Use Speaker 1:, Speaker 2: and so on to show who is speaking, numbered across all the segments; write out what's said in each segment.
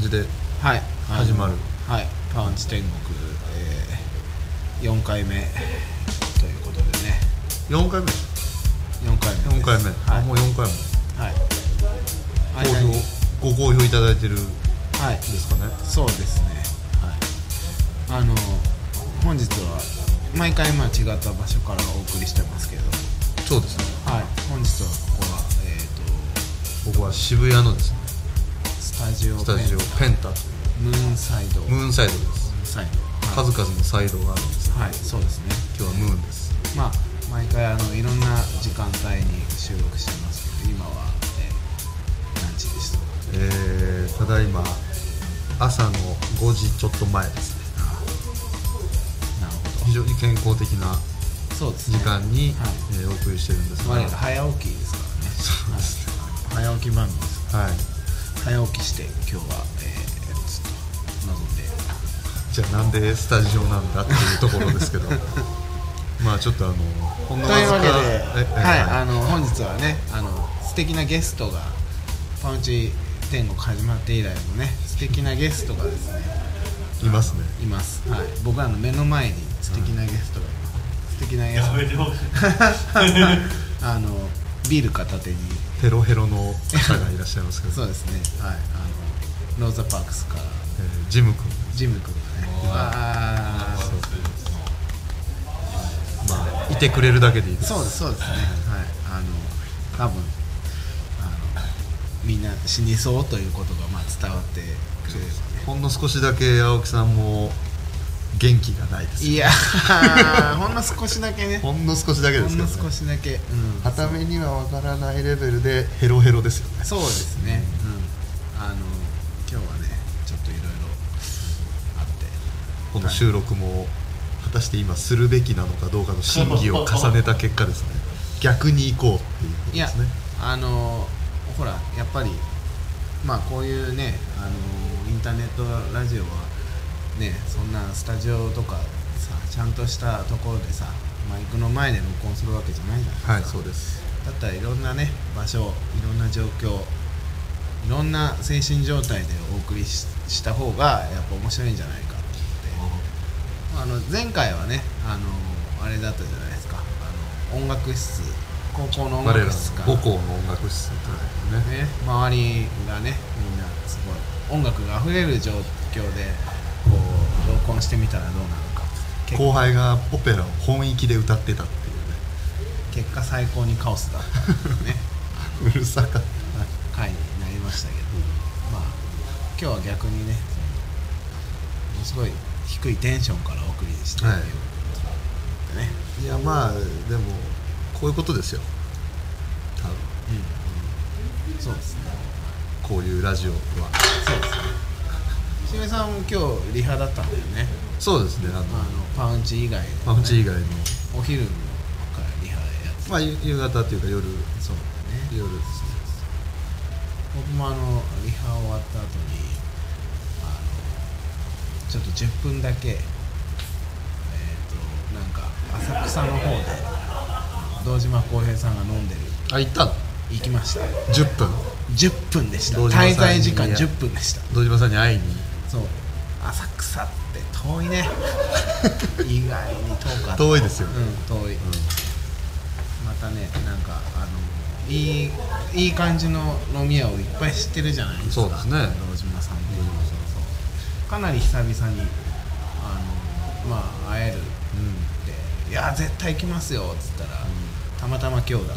Speaker 1: じで
Speaker 2: はい
Speaker 1: 始まる
Speaker 2: はいパンチ天国、えー、4回目ということでね
Speaker 1: 4回目
Speaker 2: 4回目
Speaker 1: 4回目、
Speaker 2: はい
Speaker 1: あもう4回も
Speaker 2: はい
Speaker 1: 好
Speaker 2: 間に
Speaker 1: 評ご好評いただいてるんで
Speaker 2: はい
Speaker 1: すかね
Speaker 2: そうですねはいあの本日は毎回まあ違った場所からお送りしてますけど
Speaker 1: そうですね
Speaker 2: はい本日はここはえっ、
Speaker 1: ここは渋谷のですね
Speaker 2: とスタジオ
Speaker 1: スタジオ
Speaker 2: ペン
Speaker 1: ペンタとい
Speaker 2: ムーンサイド
Speaker 1: うム
Speaker 2: ムーン
Speaker 1: ーンサイドです
Speaker 2: サイド
Speaker 1: 数々のサイドがあるんです
Speaker 2: はい、はい、そうですね
Speaker 1: 今日はムーンです
Speaker 2: まあ毎回あのいろんな時間帯に収録してますけど今は、えー何時でした
Speaker 1: えー、ただいま朝の5時ちょっと前ですね
Speaker 2: なる
Speaker 1: 非常に健康的な
Speaker 2: ほどそうです
Speaker 1: 時
Speaker 2: ね
Speaker 1: 間に、
Speaker 2: はい
Speaker 1: えーお送りしてるんですが
Speaker 2: 我ら早起きですからね
Speaker 1: そうですね
Speaker 2: はい早起き番組です
Speaker 1: はい
Speaker 2: 早起きして今日は、えー、ちょっと望んで
Speaker 1: じゃあなんでスタジオなんだっていうところですけどまあちょっとあのほん
Speaker 2: というわけで、
Speaker 1: ええ
Speaker 2: はい、あの本日はねあの素敵なゲストがパンチ天国始まって以来のね素敵なゲストがですね
Speaker 1: いますね
Speaker 2: います、はい、僕らの目の前に素敵なゲストがいます、素敵なゲスト
Speaker 3: めてほしい
Speaker 2: あのビール片手に
Speaker 1: ヘロヘロの方がいらっしゃいますけど、
Speaker 2: そうですねはいあのローザパークスから
Speaker 1: えージム君
Speaker 2: ジム君がねああ
Speaker 1: まあいてくれるだけでいいです
Speaker 2: そうですそうですねはいあの多分あのみんな死にそうということがまあ伝わってくれればね
Speaker 1: ほんの少しだけ青木さんも元気がないです
Speaker 2: いやーほんの少しだけね
Speaker 1: ほんの少しだけで
Speaker 2: ほ
Speaker 1: す
Speaker 2: ん
Speaker 1: け
Speaker 2: の
Speaker 1: ど、ね
Speaker 2: 少、しだけうん
Speaker 1: はためにはわからないレベルでヘロヘロですよね
Speaker 2: そうですね、うん、あの今日はねちょっといろいろあって
Speaker 1: この収録も果たして今するべきなのかどうかの審議を重ねた結果ですね逆に行こうっていうこと
Speaker 2: い
Speaker 1: で
Speaker 2: や
Speaker 1: すね
Speaker 2: あのほらやっぱりまあこういうねあのインターネットラジオはねそんなスタジオとかさちゃんとしたところでさマイクの前で録音するわけじゃないじゃな
Speaker 1: はいい
Speaker 2: ですか、
Speaker 1: そうです
Speaker 2: だったらいろんなね場所いろんな状況いろんな精神状態でお送りしした方がやっぱ面白いんじゃないかってあの前回はねあのあれだったじゃないですかあの音楽室高校の音
Speaker 1: 我ら
Speaker 2: 楽
Speaker 1: の
Speaker 2: 室から
Speaker 1: 母校の音楽室ということでね
Speaker 2: ね、周りがねみんなすごい音楽があふれる状況でこう録音してみたらどうなのか結
Speaker 1: 後輩がオペラを本域で歌ってたっていう
Speaker 2: 結果最高にカオスだったっていうね
Speaker 1: ねうるさかっ
Speaker 2: 回になりましたけど、まあ今日は逆にねものすごい低いテンションからお送りしてるよ
Speaker 1: はいう
Speaker 2: でね、
Speaker 1: たいやまあでもこういうことですよ多分
Speaker 2: うん、そうですね
Speaker 1: こういうラジオは
Speaker 2: そうですねしめさんも今日リハだったんだよね
Speaker 1: そうですねあの
Speaker 2: あのパウンチ以外のね、
Speaker 1: パンチ以外の
Speaker 2: お昼からリハやって
Speaker 1: まあ夕夕方というか夜
Speaker 2: そうだね
Speaker 1: 夜ですね
Speaker 2: 僕もあのリハ終わった後にあのちょっと10分だけえっ、となんか浅草の方で堂島康平さんが飲んでる
Speaker 1: あ行ったの
Speaker 2: 行きました
Speaker 1: 10分
Speaker 2: 10分でした
Speaker 1: 堂島さんに
Speaker 2: 滞在時間10分でした
Speaker 1: 堂島さんに会いに
Speaker 2: そう浅草って遠いね 意外に遠かった
Speaker 1: 遠いですよね
Speaker 2: うん遠い、またねなんかあのいいいい感じの飲み屋をいっぱい知ってるじゃないですか
Speaker 1: そうですね
Speaker 2: 堂島さんっていうのはそうかなり久々にあのまあ会えるって「いや絶対行きますよ」っつったら、たまたま今日だっ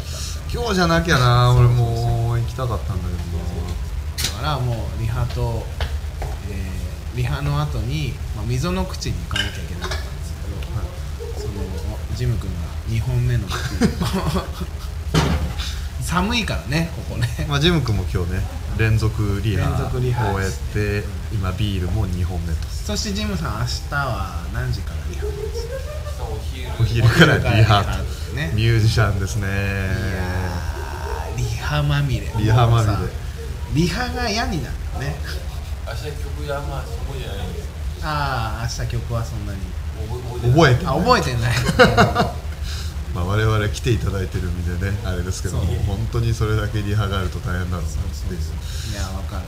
Speaker 2: たん
Speaker 1: 今日じゃなきゃな俺もう行きたかったんだけど
Speaker 2: だか
Speaker 1: な
Speaker 2: らもうリハと、えーリハの後に、まあ、溝の口に行かなきゃいけなかったんですけど、そのジム君が2本目の時 寒いからねここね
Speaker 1: まあ、ジム君も今日ね連続リハ
Speaker 2: 連続リハ
Speaker 1: を終えて今ビールも2本目と
Speaker 2: そしてジムさん明日は何時からリハですか
Speaker 3: お昼
Speaker 1: お昼からリハ
Speaker 2: お昼からリハですね
Speaker 1: とミュージシャンですね
Speaker 2: いやーリハまみれ
Speaker 1: リハまみ
Speaker 2: も
Speaker 1: れ
Speaker 2: うさリハが嫌になるよね
Speaker 3: 明日曲やまあそこじゃないんです
Speaker 2: ああ明日曲はそんなに
Speaker 3: 覚
Speaker 1: 覚え
Speaker 3: え
Speaker 1: て
Speaker 2: あ
Speaker 1: ない
Speaker 2: 覚えてない
Speaker 1: まあ、我々来ていただいてる身でねあれですけども
Speaker 2: そう
Speaker 1: 本当にそれだけリハがあると大変だろうなっていう
Speaker 2: いやわかる、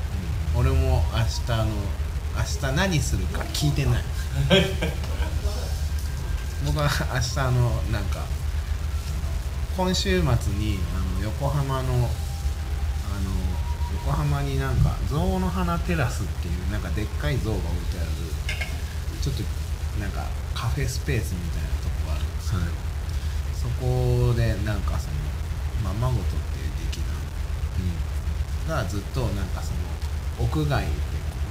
Speaker 2: うん俺も明日の明日何するか聞いてない僕は明日あのなんか今週末にあの横浜のあの横浜になんか象の花テラスっていうなんかでっかい象が置いてあるちょっとなんかカフェスペースみたいなとこがあるんですけど、そこでなんかそのまあマゴトっていう劇団がずっとなんかその屋外で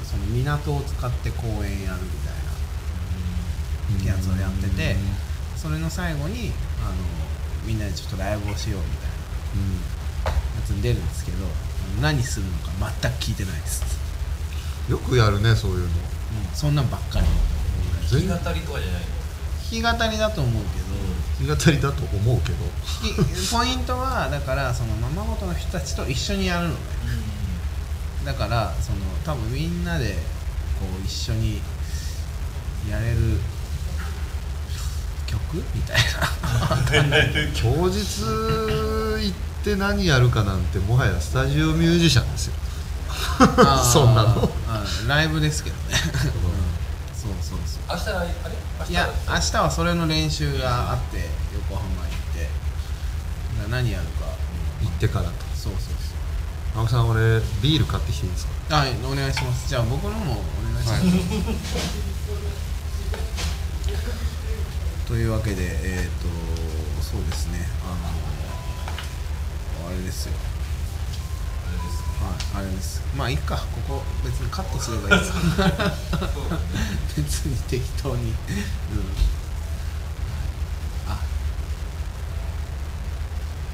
Speaker 2: その港を使って公演やるみたいな
Speaker 1: うん
Speaker 2: やつをやってて
Speaker 1: うん
Speaker 2: それの最後にあのみんなでちょっとライブをしようみたいなやつに出るんですけど何するのか全く聞いてないです、
Speaker 1: よくやるねそういうの
Speaker 2: うん、そんなんばっかり
Speaker 1: 全
Speaker 3: 弾き語りとかじゃないの
Speaker 2: 弾き語りだと思うけ
Speaker 1: 弾き語りだと思うけど
Speaker 2: どひポイントはだからそのままごとの人たちと一緒にやるのねだからその多分みんなでこう一緒にやれる曲みたい
Speaker 1: 当日行って何やるかなんてもはやスタジオミュージシャンです よ
Speaker 2: な
Speaker 1: そんなの
Speaker 2: あーライブですけどね、うんそうそうそ
Speaker 3: 明日あれあれ明
Speaker 2: う
Speaker 3: 日
Speaker 2: いや明日はそれの練習があって横浜行ってだから何やるか
Speaker 1: 行ってからと
Speaker 2: そうそうそう
Speaker 1: 青木さん俺ビール買ってきていいですか
Speaker 2: はいお願いしますじゃあ僕のもお願いします、というわけでえっ、とそうですねあのあれですよ
Speaker 3: あれですね
Speaker 2: はい、あれです。まあいいか、ここ別にカットすればいいです。
Speaker 3: そうだね
Speaker 2: 別に適当に。うん。あ。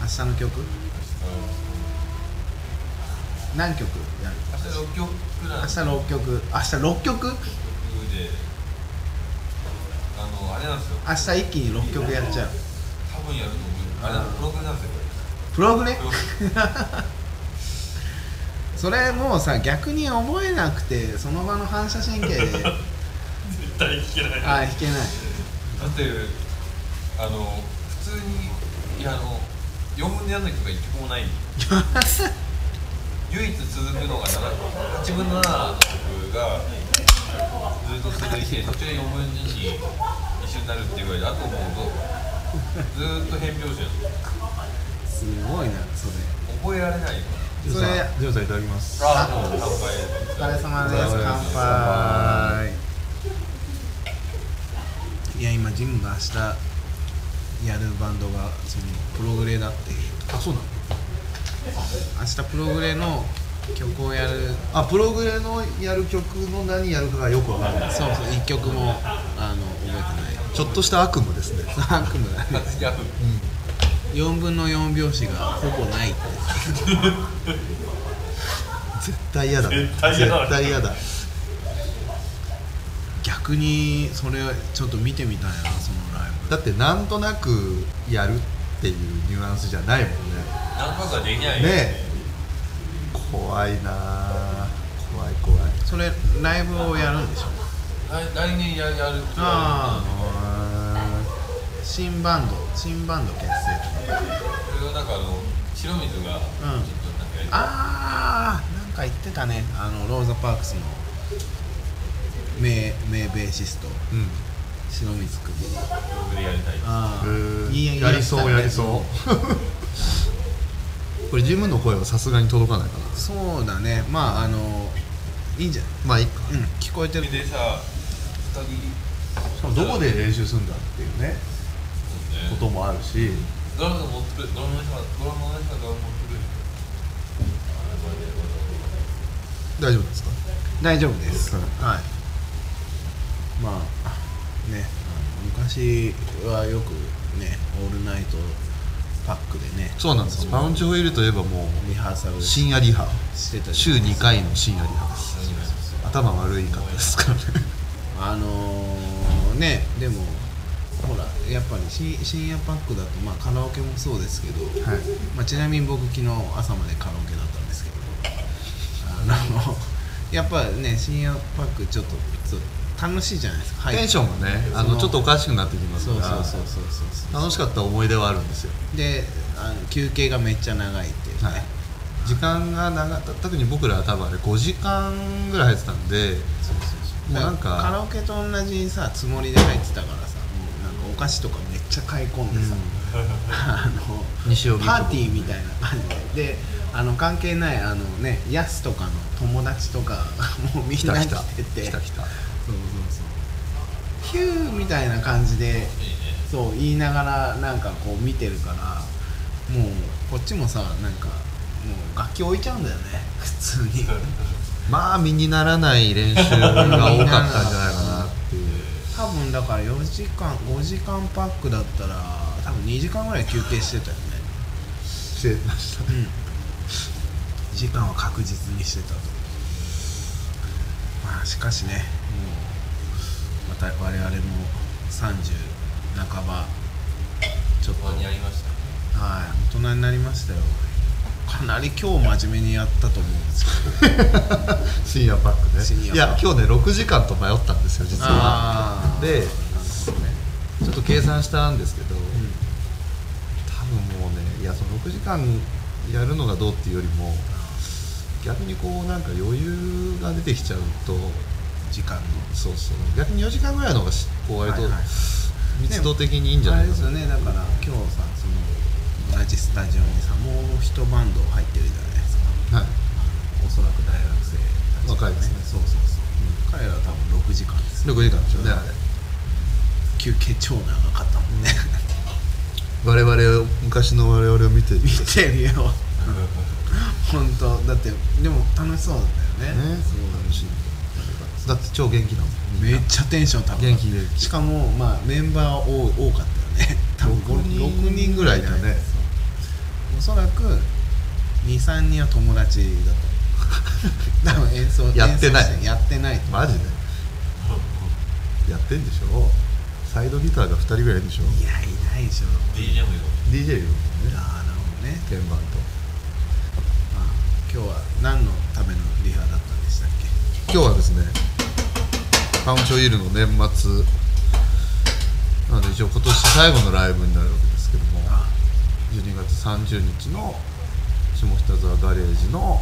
Speaker 2: 明日の曲？何曲やる？
Speaker 3: 明日6曲なん
Speaker 2: 明
Speaker 3: です
Speaker 2: 日六曲。明日六曲？
Speaker 3: 曲であのあれなんですよ
Speaker 2: 明日一気に六曲やっちゃう。
Speaker 3: 多分やると思うあれなんプログラムなんですよこ
Speaker 2: プログレ
Speaker 3: れプ？ログラム
Speaker 2: それもうさ逆に思えなくてその場の反射 神経で
Speaker 3: 絶対聞けない
Speaker 2: ああ弾けない。
Speaker 3: だってあの普通にいやあの4分でやんなきゃが一曲もない唯一続くのが7 8分の7の曲がずっと続いて途中で4分の2に一緒になるっていうぐらいであともうずずーっと変拍子やん
Speaker 2: すごいなそれ。
Speaker 3: 覚えられないよ
Speaker 1: ジョ
Speaker 2: そ
Speaker 1: ー
Speaker 2: れ
Speaker 1: さんジョーさんいただきます
Speaker 3: ああもう乾
Speaker 2: お疲れ
Speaker 3: 杯
Speaker 2: 様です乾
Speaker 1: お疲れ様です
Speaker 2: 杯いや今ジムが明日やるバンドがそのプログレだっていう
Speaker 1: あそうなの
Speaker 2: 明日プログレの曲をやる
Speaker 1: あプログレのやる曲の何やるかがよくわかんない
Speaker 2: そうそう一曲もあの覚えてない
Speaker 1: ちょっとした悪夢ですね
Speaker 2: サークムだね
Speaker 3: いや
Speaker 2: 4分の4拍子がほぼないって
Speaker 1: 絶対嫌だ
Speaker 3: 絶対嫌だ
Speaker 1: 絶対嫌だ
Speaker 2: 逆にそれちょっと見てみたいなそのライブ
Speaker 1: だってなんとなくやるっていうニュアンスじゃないもんね
Speaker 3: 何とかできないよ
Speaker 1: ねえ怖いなあ怖い怖い
Speaker 2: それライブをやるんでしょ
Speaker 3: 来来年ややるって言わ
Speaker 2: ああ
Speaker 1: あ
Speaker 2: 新バンド新バンド結成とか
Speaker 3: れてそれがなんかあの白水がちょっとなんかやり
Speaker 2: あーなんか言ってたねあのローザ・パークスの名名ベーシスト
Speaker 1: ーうん
Speaker 2: 白水君
Speaker 3: プログラムやりたい
Speaker 2: あ
Speaker 1: う
Speaker 2: ー
Speaker 1: ん
Speaker 2: いい
Speaker 1: やりそうやり そうこれジムの声はさすがに届かないかな
Speaker 2: うそうだねまああのいいんじゃない
Speaker 1: まあいいか
Speaker 2: うん聞こえてる
Speaker 3: でさ二人
Speaker 1: しかもどこで練習するんだっていうね
Speaker 3: そう
Speaker 1: こと
Speaker 3: ね
Speaker 1: もあるし
Speaker 3: ドラム持ってくるドラムの人がドラムの人がドラム持ってく
Speaker 1: 大
Speaker 3: る
Speaker 1: 丈夫ですか
Speaker 2: 大丈夫です、
Speaker 1: うん
Speaker 2: はいまあねあの昔はよくねオールナイトパックでね
Speaker 1: そうなんです
Speaker 2: の
Speaker 1: パウンチホイールといえばも
Speaker 2: リハーサル
Speaker 1: う
Speaker 2: し
Speaker 1: 深夜リハ
Speaker 2: てたじゃ
Speaker 1: 週
Speaker 2: ない
Speaker 1: 2回の深夜リハです頭悪い方ですからね
Speaker 2: あのー、ねでもほらやっぱりし深夜パックだと、まあ、カラオケもそうですけど、
Speaker 1: はい
Speaker 2: まあ、ちなみに僕昨日朝までカラオケだったんですけどあのやっぱね深夜パックちょっとそう楽しいじゃないですか、は
Speaker 1: テンションがねあ
Speaker 2: そ
Speaker 1: の
Speaker 2: の
Speaker 1: ちょっとおかしくなってきます
Speaker 2: そう
Speaker 1: か
Speaker 2: そう
Speaker 1: ら
Speaker 2: そうそうそう
Speaker 1: 楽しかった思い出はあるんですよ
Speaker 2: であの休憩がめっちゃ長いっていうね、
Speaker 1: はい時間が長た特に僕らは多分あれ5時間ぐらい入ってたんで
Speaker 2: そうそうそう
Speaker 1: もうなんか
Speaker 2: カラオケと同じさつもりで入ってたからさもうなんかお菓子とかめっちゃ買い込んでさ、あの
Speaker 1: 西荻窪
Speaker 2: パーティーみたいな感じでであの関係ないあのねヤスとかの友達とかもうみん
Speaker 1: 来
Speaker 2: な
Speaker 1: た
Speaker 2: 来
Speaker 1: 来た
Speaker 2: てて
Speaker 1: 来た来
Speaker 2: そ
Speaker 1: た
Speaker 2: うそうそうヒューみたいな感じでそう言いながらなんかこう見てるからもうこっちもさなんかもう楽器置いちゃうんだよね普通に
Speaker 1: まあ身にならない練習が多かったんじゃないかなっていう
Speaker 2: 多分だから4時間5時間パックだったら多分2時間ぐらい休憩してたよね
Speaker 1: してました
Speaker 2: うん時間は確実にしてたとまあしかしねもうまた我々も30半ばちょっと
Speaker 3: 間に合いました
Speaker 2: はい大人になりましたよかなり今日真面目にやったと思うんですけど
Speaker 1: 深夜パックね
Speaker 2: 深夜パック
Speaker 1: いや今日ね6時間と迷ったんですよ実は
Speaker 2: あー
Speaker 1: で
Speaker 2: なるほどね
Speaker 1: ちょっと計算したんですけど、
Speaker 2: うん
Speaker 1: 多分もうねいやその6時間やるのがどうっていうよりも逆にこうなんか余裕が出てきちゃうと
Speaker 2: 時間の
Speaker 1: そうそう逆に4時間ぐらいの方がしこう割と
Speaker 2: はいはい
Speaker 1: 密度的にいいんじゃないかな、
Speaker 2: あれですよねだから今日さその同じスタジオにさもう一バンド入ってるじゃないですか
Speaker 1: はい、
Speaker 2: おそらく大学生たち、
Speaker 1: 若いですね
Speaker 2: そうそうそう、彼らは多分6時間です
Speaker 1: 6時間でしょうねあれ
Speaker 2: 休憩超長かったもんね
Speaker 1: 我々を昔の我々を見て
Speaker 2: 見てるよ本当だってでも楽しそうだったよね
Speaker 1: ね
Speaker 2: そう
Speaker 1: 楽しいだって超元気なの
Speaker 2: めっちゃテンション高かった
Speaker 1: 元気元気
Speaker 2: しかもまあメンバー多多かったよね多分
Speaker 1: 六人
Speaker 2: 6人ぐらいだよ
Speaker 1: だ
Speaker 2: ね
Speaker 1: ね
Speaker 2: そうおそらく23人は友達 だと思う多分演奏
Speaker 1: やってない
Speaker 2: 演奏してやってないと思う
Speaker 1: マジでやってんでしょサイドギターが2人ぐらいいるんでしょ
Speaker 2: いやいないでしょ
Speaker 3: DJ もよ
Speaker 1: DJ いるもんね
Speaker 2: ああなるほどね
Speaker 1: 鍵盤と
Speaker 2: まあ、今日は何のためのリハだったんでしたっけ
Speaker 1: 今日はですねパウンチョイールの年末なので一応今年最後のライブになるわけですけども
Speaker 2: あ
Speaker 1: 12月30日の下北沢ガレージの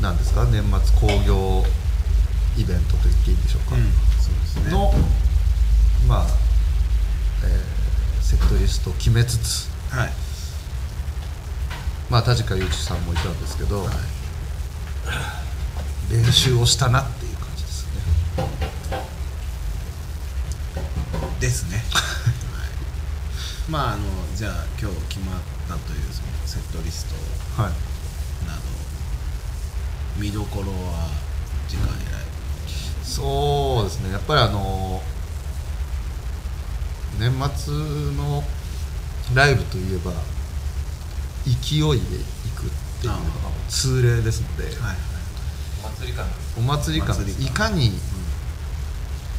Speaker 1: 何ですか年末興行イベントと言っていいんでしょうか、
Speaker 2: そうですね
Speaker 1: のまあ、えーセットリストを決めつつ
Speaker 2: はい
Speaker 1: まあ田近祐一さんもいたんですけど、練習をしたなっていう感じですね
Speaker 2: です ね、はい、まああのじゃあ今日決まったというそのセットリスト
Speaker 1: はい
Speaker 2: など見どころは次回ライ
Speaker 1: そうですねやっぱりあの年末のライブといえば勢いで行くっていうのが通例ですので、
Speaker 2: ブはい
Speaker 3: 祭り感が
Speaker 1: お祭り感
Speaker 2: お祭り
Speaker 1: い
Speaker 2: 感
Speaker 1: かに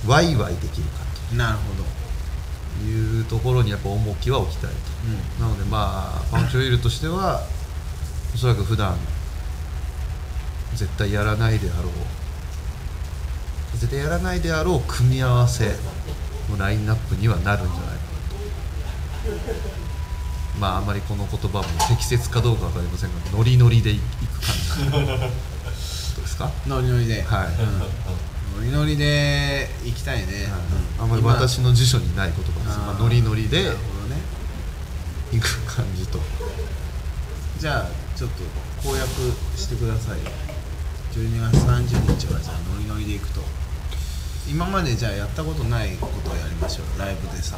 Speaker 1: ワイワイできるか
Speaker 2: なるほど
Speaker 1: というところにやっぱ重きは置きたいと
Speaker 2: うん
Speaker 1: なのでまあパウンチョイルとしてはおそらく普段絶対やらないであろう絶対やらないであろう組み合わせのラインナップにはなるんじゃないかなとまああまりこの言葉も適切かどうか分かりませんがノリノリでいく感じどうですかは
Speaker 2: ノリノリで、
Speaker 1: い、
Speaker 2: ノリノリで行きたいね、
Speaker 1: あんまり私
Speaker 2: の
Speaker 1: の辞書にない言葉ですまあ、ノリノリで
Speaker 2: なるほどね
Speaker 1: 行く感じと
Speaker 2: じゃあちょっと公約してくださいよ12月30日はじゃあノリノリで行くと今までじゃあやったことないことをやりましょうライブでさ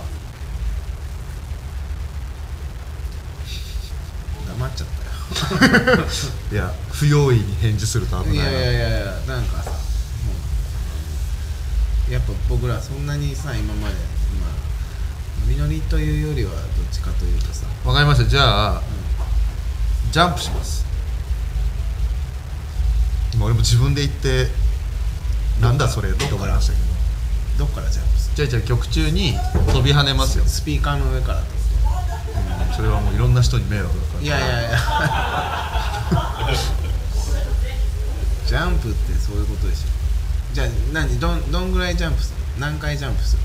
Speaker 2: 黙っちゃっ
Speaker 1: いや不用意に返事すると
Speaker 2: たよ
Speaker 1: 危
Speaker 2: い
Speaker 1: な
Speaker 2: や
Speaker 1: いない
Speaker 2: やいやいやなんかさもうやっぱ僕らそんなにさ今までまあノリノリというよりはどっちかというとさ
Speaker 1: わかりましたじゃあ、ジャンプします今俺も自分で言ってなんだそれと思いましたけど
Speaker 2: どっからジャンプす
Speaker 1: じゃあじゃあ曲中に飛び跳ねますよ
Speaker 2: るスピーカーの上からってこ
Speaker 1: それはもういろんな人に迷惑だから
Speaker 2: といやいやいやジャンプってそういうことでしょじゃあ何どんどんぐらいジャンプする何回ジャンプする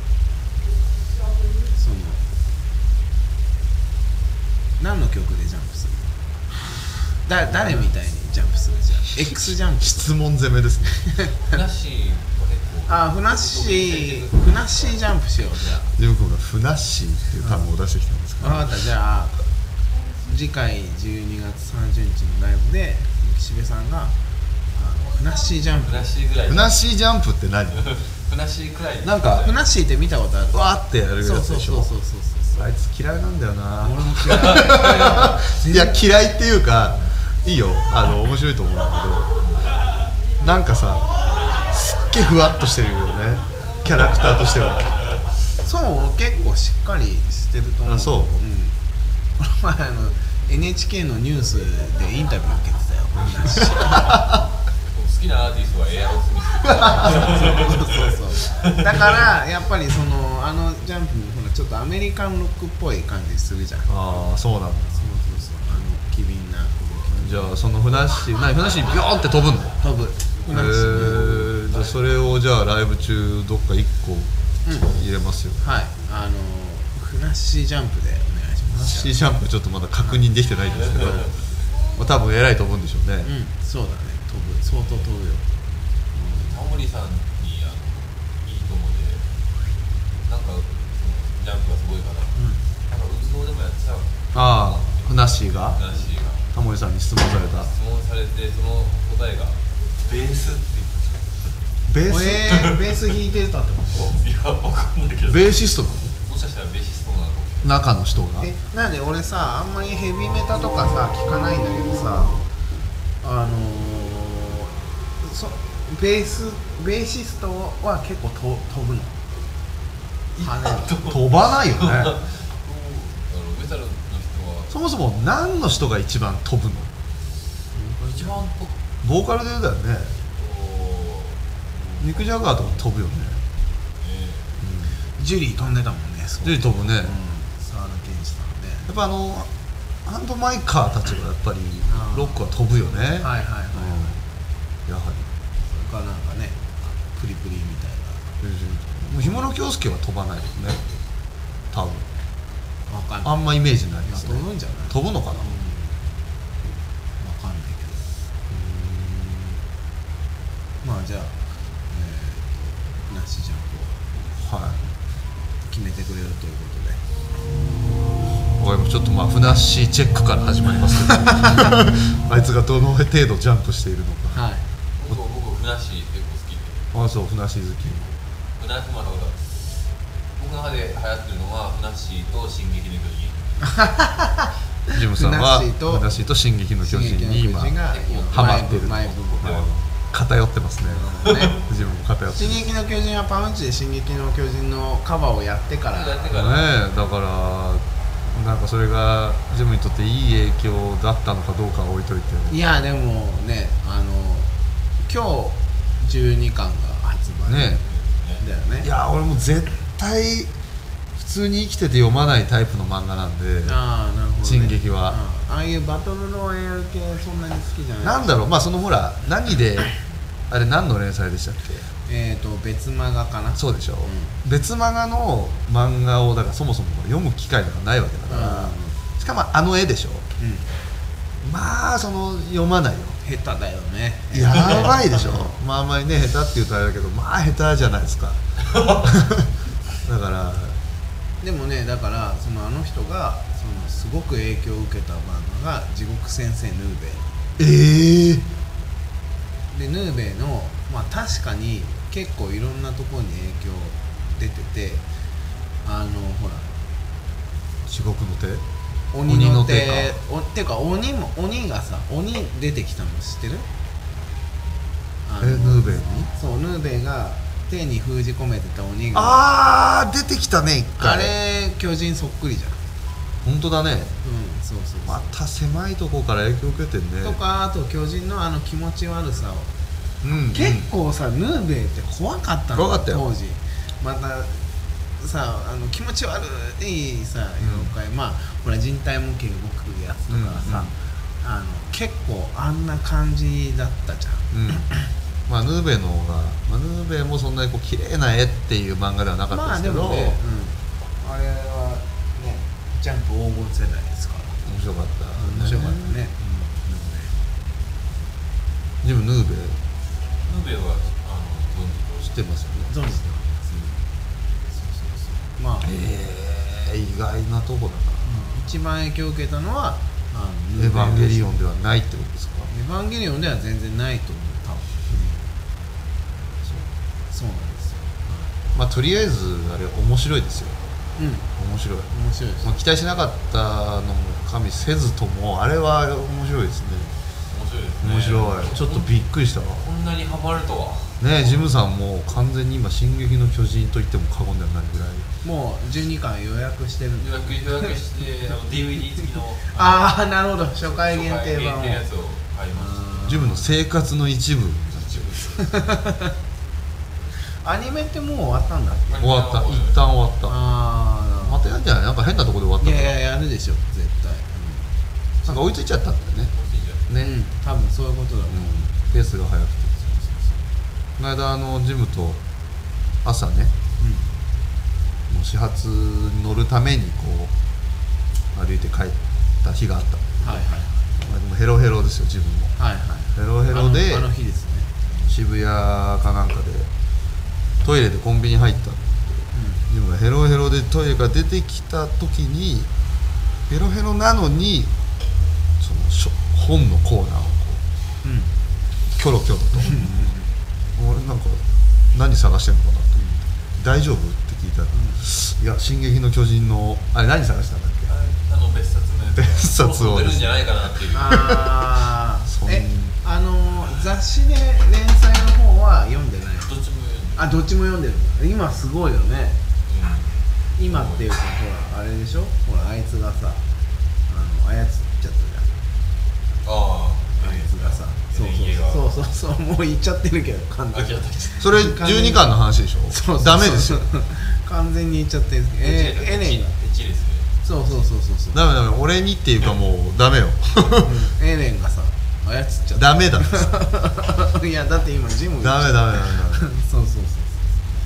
Speaker 2: その何の曲でジャンプするだ誰みたいにジャンプするじゃん X ジャンプ
Speaker 1: 質問攻めですね
Speaker 3: ふなっしーは結構
Speaker 2: あふなっしーふなっしージャンプしようじゃ
Speaker 1: ジム君が「ふなっしー」っていう単語を出してきたんですけ
Speaker 2: あ
Speaker 1: ど
Speaker 2: 分かったじゃあ次回12月30日のライブで岸辺さんがあのふなっしージャンプ
Speaker 3: ふなっしーぐらい
Speaker 1: ふなっしージャンプって何
Speaker 3: ふなっしーくらい
Speaker 1: なんか
Speaker 2: ふなっしーって見たことある
Speaker 1: わーってやるやつ
Speaker 2: そう
Speaker 1: でし
Speaker 2: そ
Speaker 1: ょ
Speaker 2: うそうそうそうそう
Speaker 1: あいつ嫌いなんだよな
Speaker 2: 俺も嫌いだ
Speaker 1: いや嫌いっていうかいいよあの面白いと思うんだけどなんかさすっげえふわっとしてるよねキャラクターとしては
Speaker 2: そう結構しっかりしてると思う、
Speaker 1: あそうん
Speaker 2: この前あの NHK のニュースでインタビュー受けてたよふなっ しー
Speaker 3: 好きなアーティストはエアロスミス
Speaker 2: そうそうそうだからやっぱりそのあのジャンプもほらちょっとアメリカンロックっぽい感じするじゃんそう
Speaker 1: ああそうなんだ
Speaker 2: そうそうあの機敏な
Speaker 1: じゃあそのふなっしーなにふなっしービョーンって飛ぶの
Speaker 2: 動き飛ぶふなっしー
Speaker 1: へえじゃあそれをじゃあライブ中どっか1個
Speaker 2: うん
Speaker 1: 入れますよ、
Speaker 2: はいあのふなっしージャンプでお願いしま
Speaker 1: ふなっ
Speaker 2: す
Speaker 1: しージャンプちょっとまだ確認できてないんですけど、まあ、多分偉いと思うんでしょうね、
Speaker 2: うんそうだね飛ぶ相当飛ぶよ
Speaker 3: タモリさんにあのいいと思でなんかそのジャンプがすごいから、なんか運動でもやってたの
Speaker 1: ああふなっしーが
Speaker 3: ふなっしーが
Speaker 1: タモリさんに質問された
Speaker 3: 質問されてその答えがベースって
Speaker 1: ベース、
Speaker 2: えー、ベース弾いてたってこ
Speaker 3: 言ったいやわかんないけど
Speaker 1: ベーシストなの
Speaker 3: もしかしたらベーシストなのか
Speaker 1: 中の
Speaker 3: も
Speaker 1: 人が
Speaker 2: とえなんで俺さあんまりヘビメタとかさ聞かないんだけどさあのー、そベースベーシストは結構と飛ぶの跳ねる
Speaker 1: 飛ばないよね
Speaker 3: あのメタルの人は
Speaker 1: そもそも何の人が一番飛ぶの
Speaker 3: 一番とこ
Speaker 1: ボーカルでだよねニック・ジャガーとか飛ぶよね
Speaker 2: ジュリー飛んでたもんねすごい
Speaker 1: で飛ぶね、や
Speaker 2: うん沢田研二さんね
Speaker 1: っぱあのハンドマイカーたちがやっぱり
Speaker 2: あー
Speaker 1: ロックは飛ぶよね、うん、
Speaker 2: は
Speaker 1: や
Speaker 2: いはいはい、
Speaker 1: は
Speaker 2: それかなんかねプリプリみたいな
Speaker 1: りもう氷室京介は飛ばないよね多分
Speaker 2: わかんない
Speaker 1: あんまイメージない
Speaker 2: い
Speaker 1: で
Speaker 2: や
Speaker 1: す
Speaker 2: 飛
Speaker 1: ね
Speaker 2: ぶんじゃない
Speaker 1: 飛ぶのかな
Speaker 2: わかんないけどまあじゃあえー、となしジャンプ
Speaker 1: はい
Speaker 2: を決めてくれるということで
Speaker 1: わかりましたちょっとまあふなっしーチェックから始まります けどあいつがどの程度ジャンプしているのか
Speaker 2: はい
Speaker 3: 僕僕ふなっしー結構
Speaker 1: あ
Speaker 3: 好きで
Speaker 1: そうふなっしー好き
Speaker 3: ふなっしーもなんか僕の中で流行ってるのはふなっしーと「進撃の巨人」
Speaker 1: ジムさんは
Speaker 2: ふなっしーと
Speaker 1: ふなっしーと「進撃の巨人」に今
Speaker 2: 進撃の巨人が今
Speaker 1: ハマってる
Speaker 2: 前部前部
Speaker 1: 偏ってますね
Speaker 2: 分ね
Speaker 1: ジムも偏って
Speaker 2: 進
Speaker 1: ますね
Speaker 2: 撃の巨人はパウンチで進撃の巨人のカバーをやってから
Speaker 3: やって
Speaker 1: えだ
Speaker 3: から
Speaker 1: からなんかそれがジムにとっていい影響だったのかどうかは置いといて
Speaker 2: いやでもねあの今日12巻が発売
Speaker 1: ね
Speaker 2: だよね
Speaker 1: いや俺も絶対普通に生きてて読まないタイプの漫画なんで
Speaker 2: ああなるほど、ね、
Speaker 1: 進撃は
Speaker 2: うんああいうバトルロイヤル系そんなに好きじゃない
Speaker 1: なんだろうまあそのほら何であれ何の連載でしたっけ
Speaker 2: えー、と別マガかな
Speaker 1: そうでしょ、
Speaker 2: う
Speaker 1: 別漫画の漫画をだからそもそも読む機会がないわけだから、しかもあの絵でしょ
Speaker 2: うん、
Speaker 1: まあその読まないよ
Speaker 2: 下手だよね
Speaker 1: やばいでしょまああんまりね下手って言うとあれだけどまあ下手じゃないで すかだから
Speaker 2: でもねだからそのあの人がそのすごく影響を受けた漫画が「地獄先生ヌーベ
Speaker 1: ええー、
Speaker 2: イ」でヌーベイのまあ確かに結構いろんなところに影響出ててあのほら
Speaker 1: 地獄の手
Speaker 2: 鬼の手
Speaker 1: 鬼の手
Speaker 2: おっていうか鬼も鬼がさ鬼出てきたの知ってるあの
Speaker 1: えヌーベイに
Speaker 2: そうヌーベイが手に封じ込めてた鬼が
Speaker 1: ああ出てきたね一
Speaker 2: あ
Speaker 1: 回
Speaker 2: れ巨人そっくりじゃん
Speaker 1: 本当だね
Speaker 2: うんそうそう
Speaker 1: また狭いとこから影響受けてんね
Speaker 2: とかあと巨人のあの気持ち悪さを、
Speaker 1: うん
Speaker 2: 結構さヌーベイって怖かったの
Speaker 1: 怖かったよ
Speaker 2: 当時またさあの気持ち悪いさ妖怪、まあほら人体模型動くやつとかさ、あの結構あんな感じだったじゃん
Speaker 1: うん、まあヌーベの方が、まあ、ヌーベもそんなにこう綺麗な絵っていう漫画ではなかった
Speaker 2: ま
Speaker 1: で
Speaker 2: あ
Speaker 1: すけ
Speaker 2: で
Speaker 1: ど、
Speaker 2: もね、うん、あれはねジャンプ黄金世代ですから
Speaker 1: 面白かった、
Speaker 2: 面白かったね、うん、ヌーベイ
Speaker 1: でもヌーベ
Speaker 3: ヌベはあのどんどん
Speaker 1: 知ってますよ
Speaker 2: 存
Speaker 1: ね
Speaker 2: じてます、まあ、
Speaker 1: えー、意外なとこだな
Speaker 2: 一番影響を受けたのはあの
Speaker 1: エヴァンゲリオ
Speaker 2: ン
Speaker 1: ンではないってことですか
Speaker 2: エヴァンゲリオンでは全然ないと思う多分そうなんですよ、
Speaker 1: まあとりあえずあれ面白いですよ
Speaker 2: うん
Speaker 1: 面白い、
Speaker 2: 面白いです
Speaker 1: まあ、期待しなかったのも加味せずともあれは面白いですね
Speaker 3: 面白いですね
Speaker 1: 面白い、ちょっとびっくりしたわ
Speaker 3: こんなにハマるとは
Speaker 1: ねえジムさんもう完全に今「進撃の巨人」と言っても過言ではないぐらい
Speaker 2: もう12巻予約してるんで
Speaker 3: 予約予約してあの DVD 付きの
Speaker 2: ああなるほど初
Speaker 3: 初
Speaker 2: 回限定版を
Speaker 3: のやつを買いまし
Speaker 1: ジムの生活の一部
Speaker 3: た一部
Speaker 2: アニメってもう終わったんだっけ
Speaker 1: 終わった
Speaker 3: 終わ
Speaker 1: 一旦終わっ
Speaker 2: あ
Speaker 1: たまたやんじゃないなんか変なとこで終わった
Speaker 2: い
Speaker 1: から
Speaker 2: やいややるでしょ絶対
Speaker 1: なんか追いついちゃったんだよね
Speaker 2: ね、うん、多分そういうことだね、
Speaker 1: うんペースが速くてこの間あのジムと朝ねもう始発に乗るためにこう歩いて帰った日があった
Speaker 2: うん、はいはい
Speaker 1: まあでもヘロヘロですよ自分も
Speaker 2: はいはい
Speaker 1: ヘロヘロで
Speaker 2: あのあの日ですね、
Speaker 1: 渋谷かなんかでトイレでコンビニ入ったジムがヘロヘロでトイレから出てきた時にヘロヘロなのにそのしょ本のコーナーをこ
Speaker 2: うんうん
Speaker 1: うキョロキョロと俺なんか何探してんのかなと思って「大丈夫?」って聞いたら「いや進撃の巨人のあれ何探してたんだっけ?」
Speaker 3: あの別冊のやつ
Speaker 1: 別冊を
Speaker 3: 出るんじゃないかなっていう
Speaker 2: あ
Speaker 1: そん
Speaker 2: ーえあのー雑誌で連載の方は読んでない
Speaker 3: どっちも読んで
Speaker 2: あどっちも読んでるんだ今すごいよね
Speaker 3: う
Speaker 2: 今っていうかほらあれでしょほらあいつがさあの操っちゃったじ
Speaker 3: んあ
Speaker 2: ゃん
Speaker 3: あ
Speaker 2: あいつがさそう
Speaker 3: そう
Speaker 2: そうそうそうそうもう言っちゃってるけど完
Speaker 3: あ
Speaker 2: 全
Speaker 3: きら
Speaker 2: に
Speaker 3: たき
Speaker 1: それ12巻の話でしょ
Speaker 2: そうそうそう
Speaker 1: ダメですよ
Speaker 2: 完全に言っちゃってるんですけどえーエレンが
Speaker 3: チですね
Speaker 2: そうそうそうそうそう
Speaker 1: ダメダメ俺にっていうかもうダメよ
Speaker 2: うんエレンがさ操っちゃっ
Speaker 1: ダメだダメ
Speaker 2: たいやだって今ジム
Speaker 1: ダメダメダメ
Speaker 2: そうそうそうそう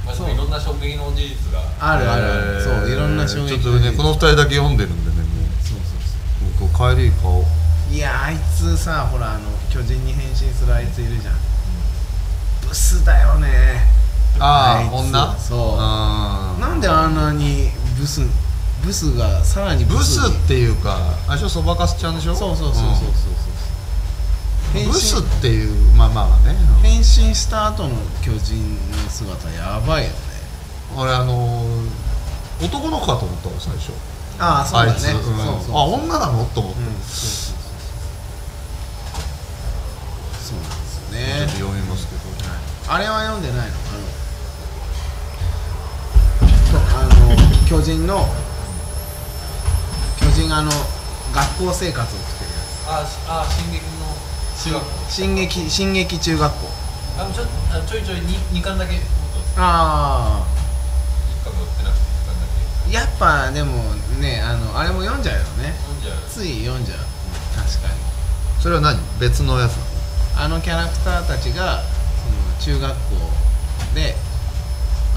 Speaker 3: まあでもいろんな衝撃の事実が
Speaker 2: あるあるある、
Speaker 1: えー
Speaker 2: そういろんな衝撃
Speaker 1: ちょっとねこの二
Speaker 2: そう
Speaker 1: 人だけ読んでるんでねも
Speaker 2: そうそう
Speaker 1: 僕帰りに買おう
Speaker 2: ういやあいつさほらあの巨人に変身するあいついるじゃん、ブスだよね
Speaker 1: あ
Speaker 2: い
Speaker 1: あ
Speaker 2: つ
Speaker 1: 女
Speaker 2: そう
Speaker 1: あー
Speaker 2: なんであんなにブスブスがさらに
Speaker 1: ブス
Speaker 2: に
Speaker 1: っていうかあれでしょそばかすちゃんでし
Speaker 2: そ
Speaker 1: ょ
Speaker 2: うそうそうそうそうそう、
Speaker 1: うん
Speaker 2: 変
Speaker 1: ブ
Speaker 2: 身
Speaker 1: スっていうまあまあね
Speaker 2: 変身した後の巨人の姿やばいよね
Speaker 1: うん俺あのー男の子かと思ったわ最初
Speaker 2: ああそう
Speaker 1: あ
Speaker 2: だ
Speaker 1: い
Speaker 2: ね
Speaker 1: つ
Speaker 2: そううんそうそう
Speaker 1: あ女なのと思っ
Speaker 2: う
Speaker 1: て
Speaker 2: んそうそうそうそうなんですよ
Speaker 1: ちょ
Speaker 2: ね
Speaker 1: っと読みますけど
Speaker 2: あれは読んでないのあのとあの巨人の巨人あの学校生活を作る
Speaker 3: あしあ進撃の中
Speaker 2: や
Speaker 3: 学
Speaker 2: つ進撃進撃中学校
Speaker 3: あちょあちょいちょいに二巻だけ持ってます
Speaker 2: あ
Speaker 3: 一巻持ってなくて二巻だけ
Speaker 2: あやっぱでもねあのあれも読んじゃうよね
Speaker 3: 読んじゃう
Speaker 2: つい読んじゃう、確かに
Speaker 1: それは何別のやつなの
Speaker 2: あのキャラクターたちがその中学校で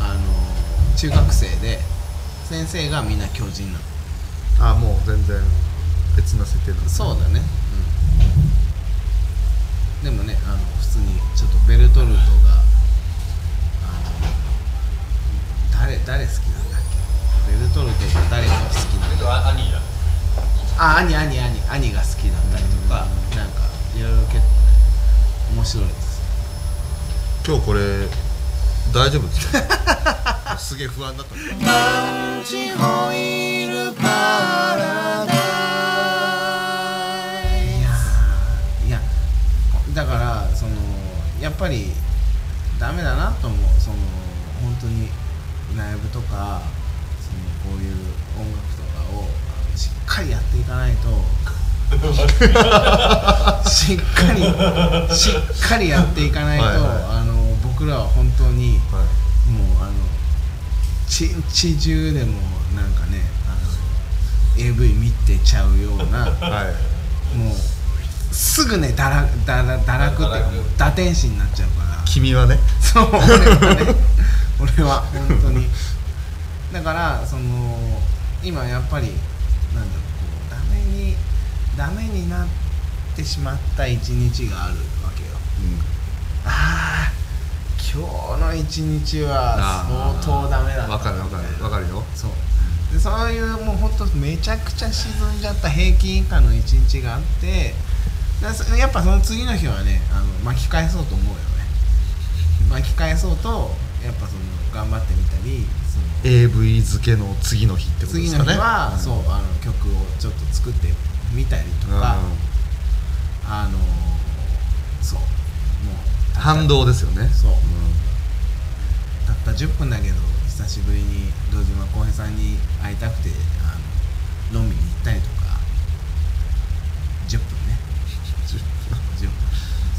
Speaker 2: あの中学生で先生がみんな巨人なの
Speaker 1: あもう全然別な設定なんですね
Speaker 2: そうだね、でもねあの普通にちょっとベルトルトがあの誰誰好きなんだっけベルトルトが誰が好きな
Speaker 3: だ
Speaker 2: の
Speaker 3: けどあ 兄だ
Speaker 2: あ兄兄兄兄が好きだったりとかなんかいろいろ結構ね面白いです
Speaker 1: 今日これ大丈夫です かすげえ不安だった
Speaker 2: いやーいやだからそのやっぱりダメだなと思うその本当にライブとかそのこういう音楽とかをあのしっかりやっていか ないとしっかりしっかりやっていかないと、
Speaker 1: はいはい
Speaker 2: あの僕らは本当に
Speaker 1: はい
Speaker 2: もうあの一日中でもなんかねあの AV 見てちゃうような
Speaker 1: はい
Speaker 2: もうすぐねだらだら堕落っていうかもう堕天使になっちゃうから
Speaker 1: 君はね
Speaker 2: そう俺は ね俺は本当にだからその今やっぱりなんだろうこうダメにダメになってしまった一日があるわけよああ今日の一日は
Speaker 1: あー
Speaker 2: 相当ダメだった
Speaker 1: わかるわかるわかるよ
Speaker 2: そうでそういうもうほんとめちゃくちゃ沈んじゃった平均以下の一日があってだそやっぱその次の日はねあの巻き返そうと思うよね巻き返そうとやっぱその頑張ってみたりその
Speaker 1: AV 付けの次の日ってことで
Speaker 2: 次
Speaker 1: す
Speaker 2: の
Speaker 1: かね
Speaker 2: 日は、
Speaker 1: ん
Speaker 2: そうあの曲をちょっと作ってみたりとか、あのそうもう
Speaker 1: うん反動ですよね
Speaker 2: そう
Speaker 1: う
Speaker 2: たった10分だけど久しぶりに堂島浩平さんに会いたくてあの飲みに行ったりとか10分ね10分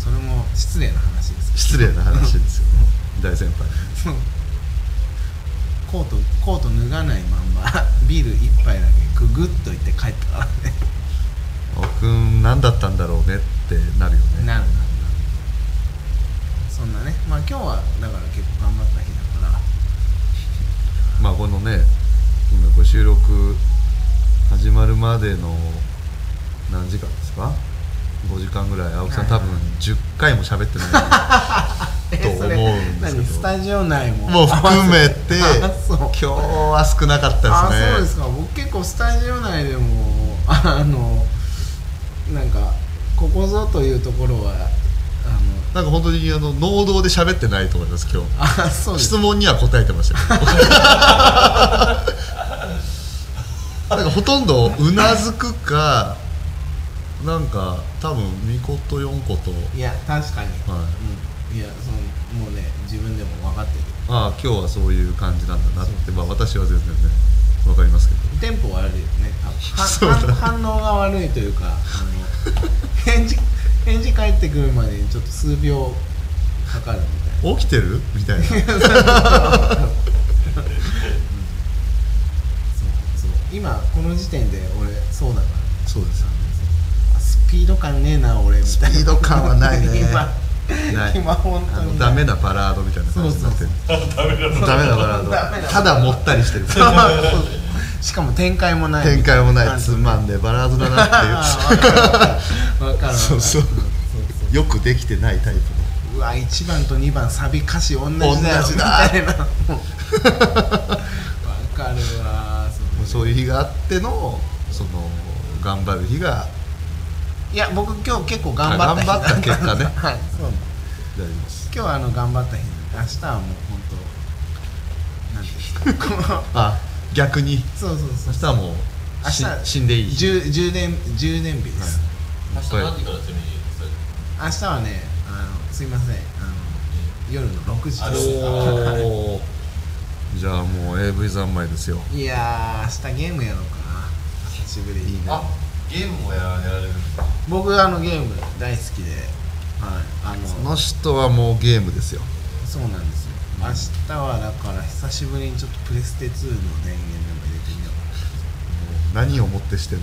Speaker 2: それも失礼な話です
Speaker 1: ん
Speaker 2: け
Speaker 1: 失礼な話ですよ ね大先輩
Speaker 2: どそうコートコート脱がないまんまビール一杯だけググッといって帰ったからね
Speaker 1: 青くん何だったんだろうねってなるよね
Speaker 2: なるなるなるそんなねまあ今日はだから結構頑張った日だから
Speaker 1: まあこのね今これ収録始まるまでの何時間ですか5時間ぐらい青木さん
Speaker 2: はいは
Speaker 1: 多
Speaker 2: い
Speaker 1: 分10回も 喋ってない
Speaker 2: え
Speaker 1: と思うんですけど
Speaker 2: 何スタジオ内も
Speaker 1: もう含め て
Speaker 2: あそう
Speaker 1: 今日は少なかったですね
Speaker 2: あそうですか僕結構スタジオ内でもあのなんかここぞというところはあ
Speaker 1: なんか本当にあの能動で喋ってないと思います今
Speaker 2: の
Speaker 1: 日
Speaker 2: あそうです
Speaker 1: 質問には答えてましたけど なんかほとんどうなずくかなんか多分2個と4個と
Speaker 2: いや確かに、
Speaker 1: はい
Speaker 2: うん、いやそのもうね自分でも分かってる
Speaker 1: ああ今日はそういう感じなんだなってまあ私は全然ねわかりますけど
Speaker 2: テンポ悪いよねあは
Speaker 1: そうだ
Speaker 2: 反反応が悪いというかあの 返事返事返ってくるまでにちょっと数秒かかるみたいな
Speaker 1: 起きてるみたいな
Speaker 2: そうそう今この時点で俺そうだから
Speaker 1: そうですよ
Speaker 2: あスピード感ねえな俺みたいな
Speaker 1: スピード感はないね
Speaker 2: 今
Speaker 1: ない
Speaker 2: 今本当
Speaker 1: あ
Speaker 2: に
Speaker 1: のダメなバラードみたいな感じになってるダメなバラ
Speaker 2: ダ
Speaker 1: ー
Speaker 2: メ
Speaker 1: ド
Speaker 2: な
Speaker 1: ただもったりしてる
Speaker 2: そう そうそうしかも展開もない
Speaker 1: 展開もないつ
Speaker 2: そう
Speaker 1: まんでバラードだ なっ
Speaker 2: あーわかる わかるわかるわかる
Speaker 1: そうそう
Speaker 2: そう
Speaker 1: ていうよくできてないタイプの
Speaker 2: うわ1番と2番サビ歌詞同じだよ
Speaker 1: 同じだ
Speaker 2: みたいなもうわかるわそれ
Speaker 1: そういう日があってのその頑張る日が
Speaker 2: いや僕今日結構頑張った日
Speaker 1: あ頑張った結果ね
Speaker 2: はいそう
Speaker 1: 大事です
Speaker 2: 今日はあの頑張った日明日はもう本当なんていうんですかこう
Speaker 1: あ逆に
Speaker 2: そうそうそ
Speaker 1: 明
Speaker 2: う
Speaker 1: 日はもうし
Speaker 2: 明日
Speaker 1: 死んでいい日
Speaker 2: 充充電充電日です、
Speaker 3: 明日何時からちなみにスタジ
Speaker 2: 明日はねあのすいませんあの夜の6時
Speaker 3: あ
Speaker 2: です
Speaker 1: おおじゃあもう AV 三昧ですよ
Speaker 2: いやー明日ゲームやろうかな久しぶりに
Speaker 1: いいね
Speaker 3: オあゲームもやられるんですか
Speaker 2: 僕あのゲーム大好きで、はい、あの
Speaker 1: この人はもうゲームですよ
Speaker 2: そうなんですよ明日はだから久しぶりにちょっとプレステ2の電源でも入れてみよ
Speaker 1: 何をもってしても